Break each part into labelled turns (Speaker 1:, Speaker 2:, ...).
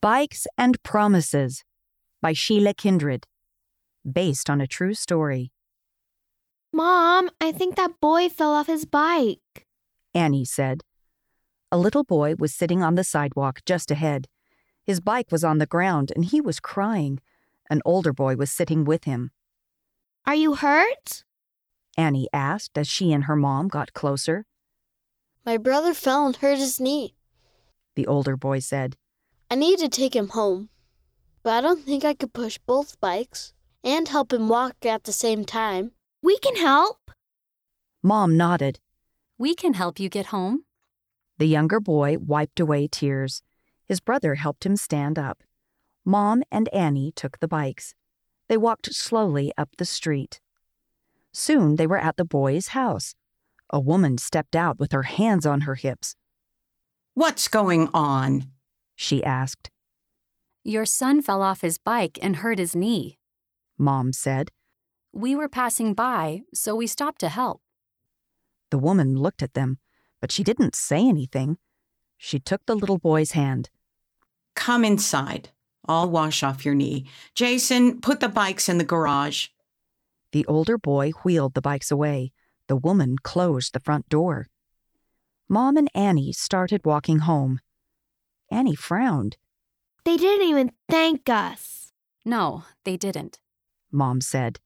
Speaker 1: Bikes and Promises by Sheila Kindred, based on a true story,
Speaker 2: Mom, I think that boy fell off his bike.
Speaker 1: Annie said. A little boy was sitting on the sidewalk just ahead. His bike was on the ground and he was crying. An older boy was sitting with him.
Speaker 2: Are you hurt?
Speaker 1: Annie asked as she and her mom got closer.
Speaker 3: My brother fell and hurt his knee.
Speaker 1: The older boy said,
Speaker 3: I need to take him home. But I don't think I could push both bikes and help him walk at the same time.
Speaker 2: We can help.
Speaker 1: Mom nodded.
Speaker 4: We can help you get home.
Speaker 1: The younger boy wiped away tears. His brother helped him stand up. Mom and Annie took the bikes. They walked slowly up the street. Soon they were at the boy's house. A woman stepped out with her hands on her hips.
Speaker 5: What's going on?
Speaker 1: She asked.
Speaker 4: Your son fell off his bike and hurt his knee.
Speaker 1: Mom said.
Speaker 4: We were passing by, so we stopped to help.
Speaker 1: The woman looked at them, but she didn't say anything. She took the little boy's hand.
Speaker 5: Come inside. I'll wash off your knee. Jason, put the bikes in the garage.
Speaker 1: The older boy wheeled the bikes away. The woman closed the front door. Mom and Annie started walking home. Annie frowned.
Speaker 2: They didn't even thank us.
Speaker 4: No, they didn't.
Speaker 1: Mom said.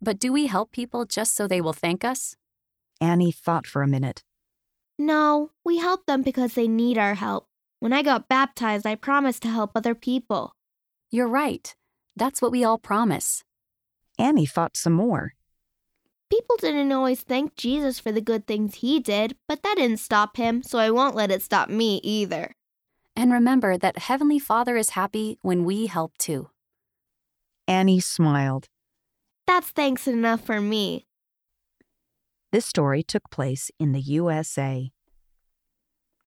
Speaker 4: But do we help people just so they will thank us?
Speaker 1: Annie thought for a minute.
Speaker 2: No, we help them because they need our help. When I got baptized, I promised to help other people.
Speaker 4: You're right. That's what we all promise.
Speaker 1: Annie thought some more.
Speaker 2: People didn't always thank Jesus for the good things he did, but that didn't stop him, so I won't let it stop me either.
Speaker 4: And remember that Heavenly Father is happy when we help too.
Speaker 1: Annie smiled.
Speaker 2: That's thanks enough for me.
Speaker 1: This story took place in the USA.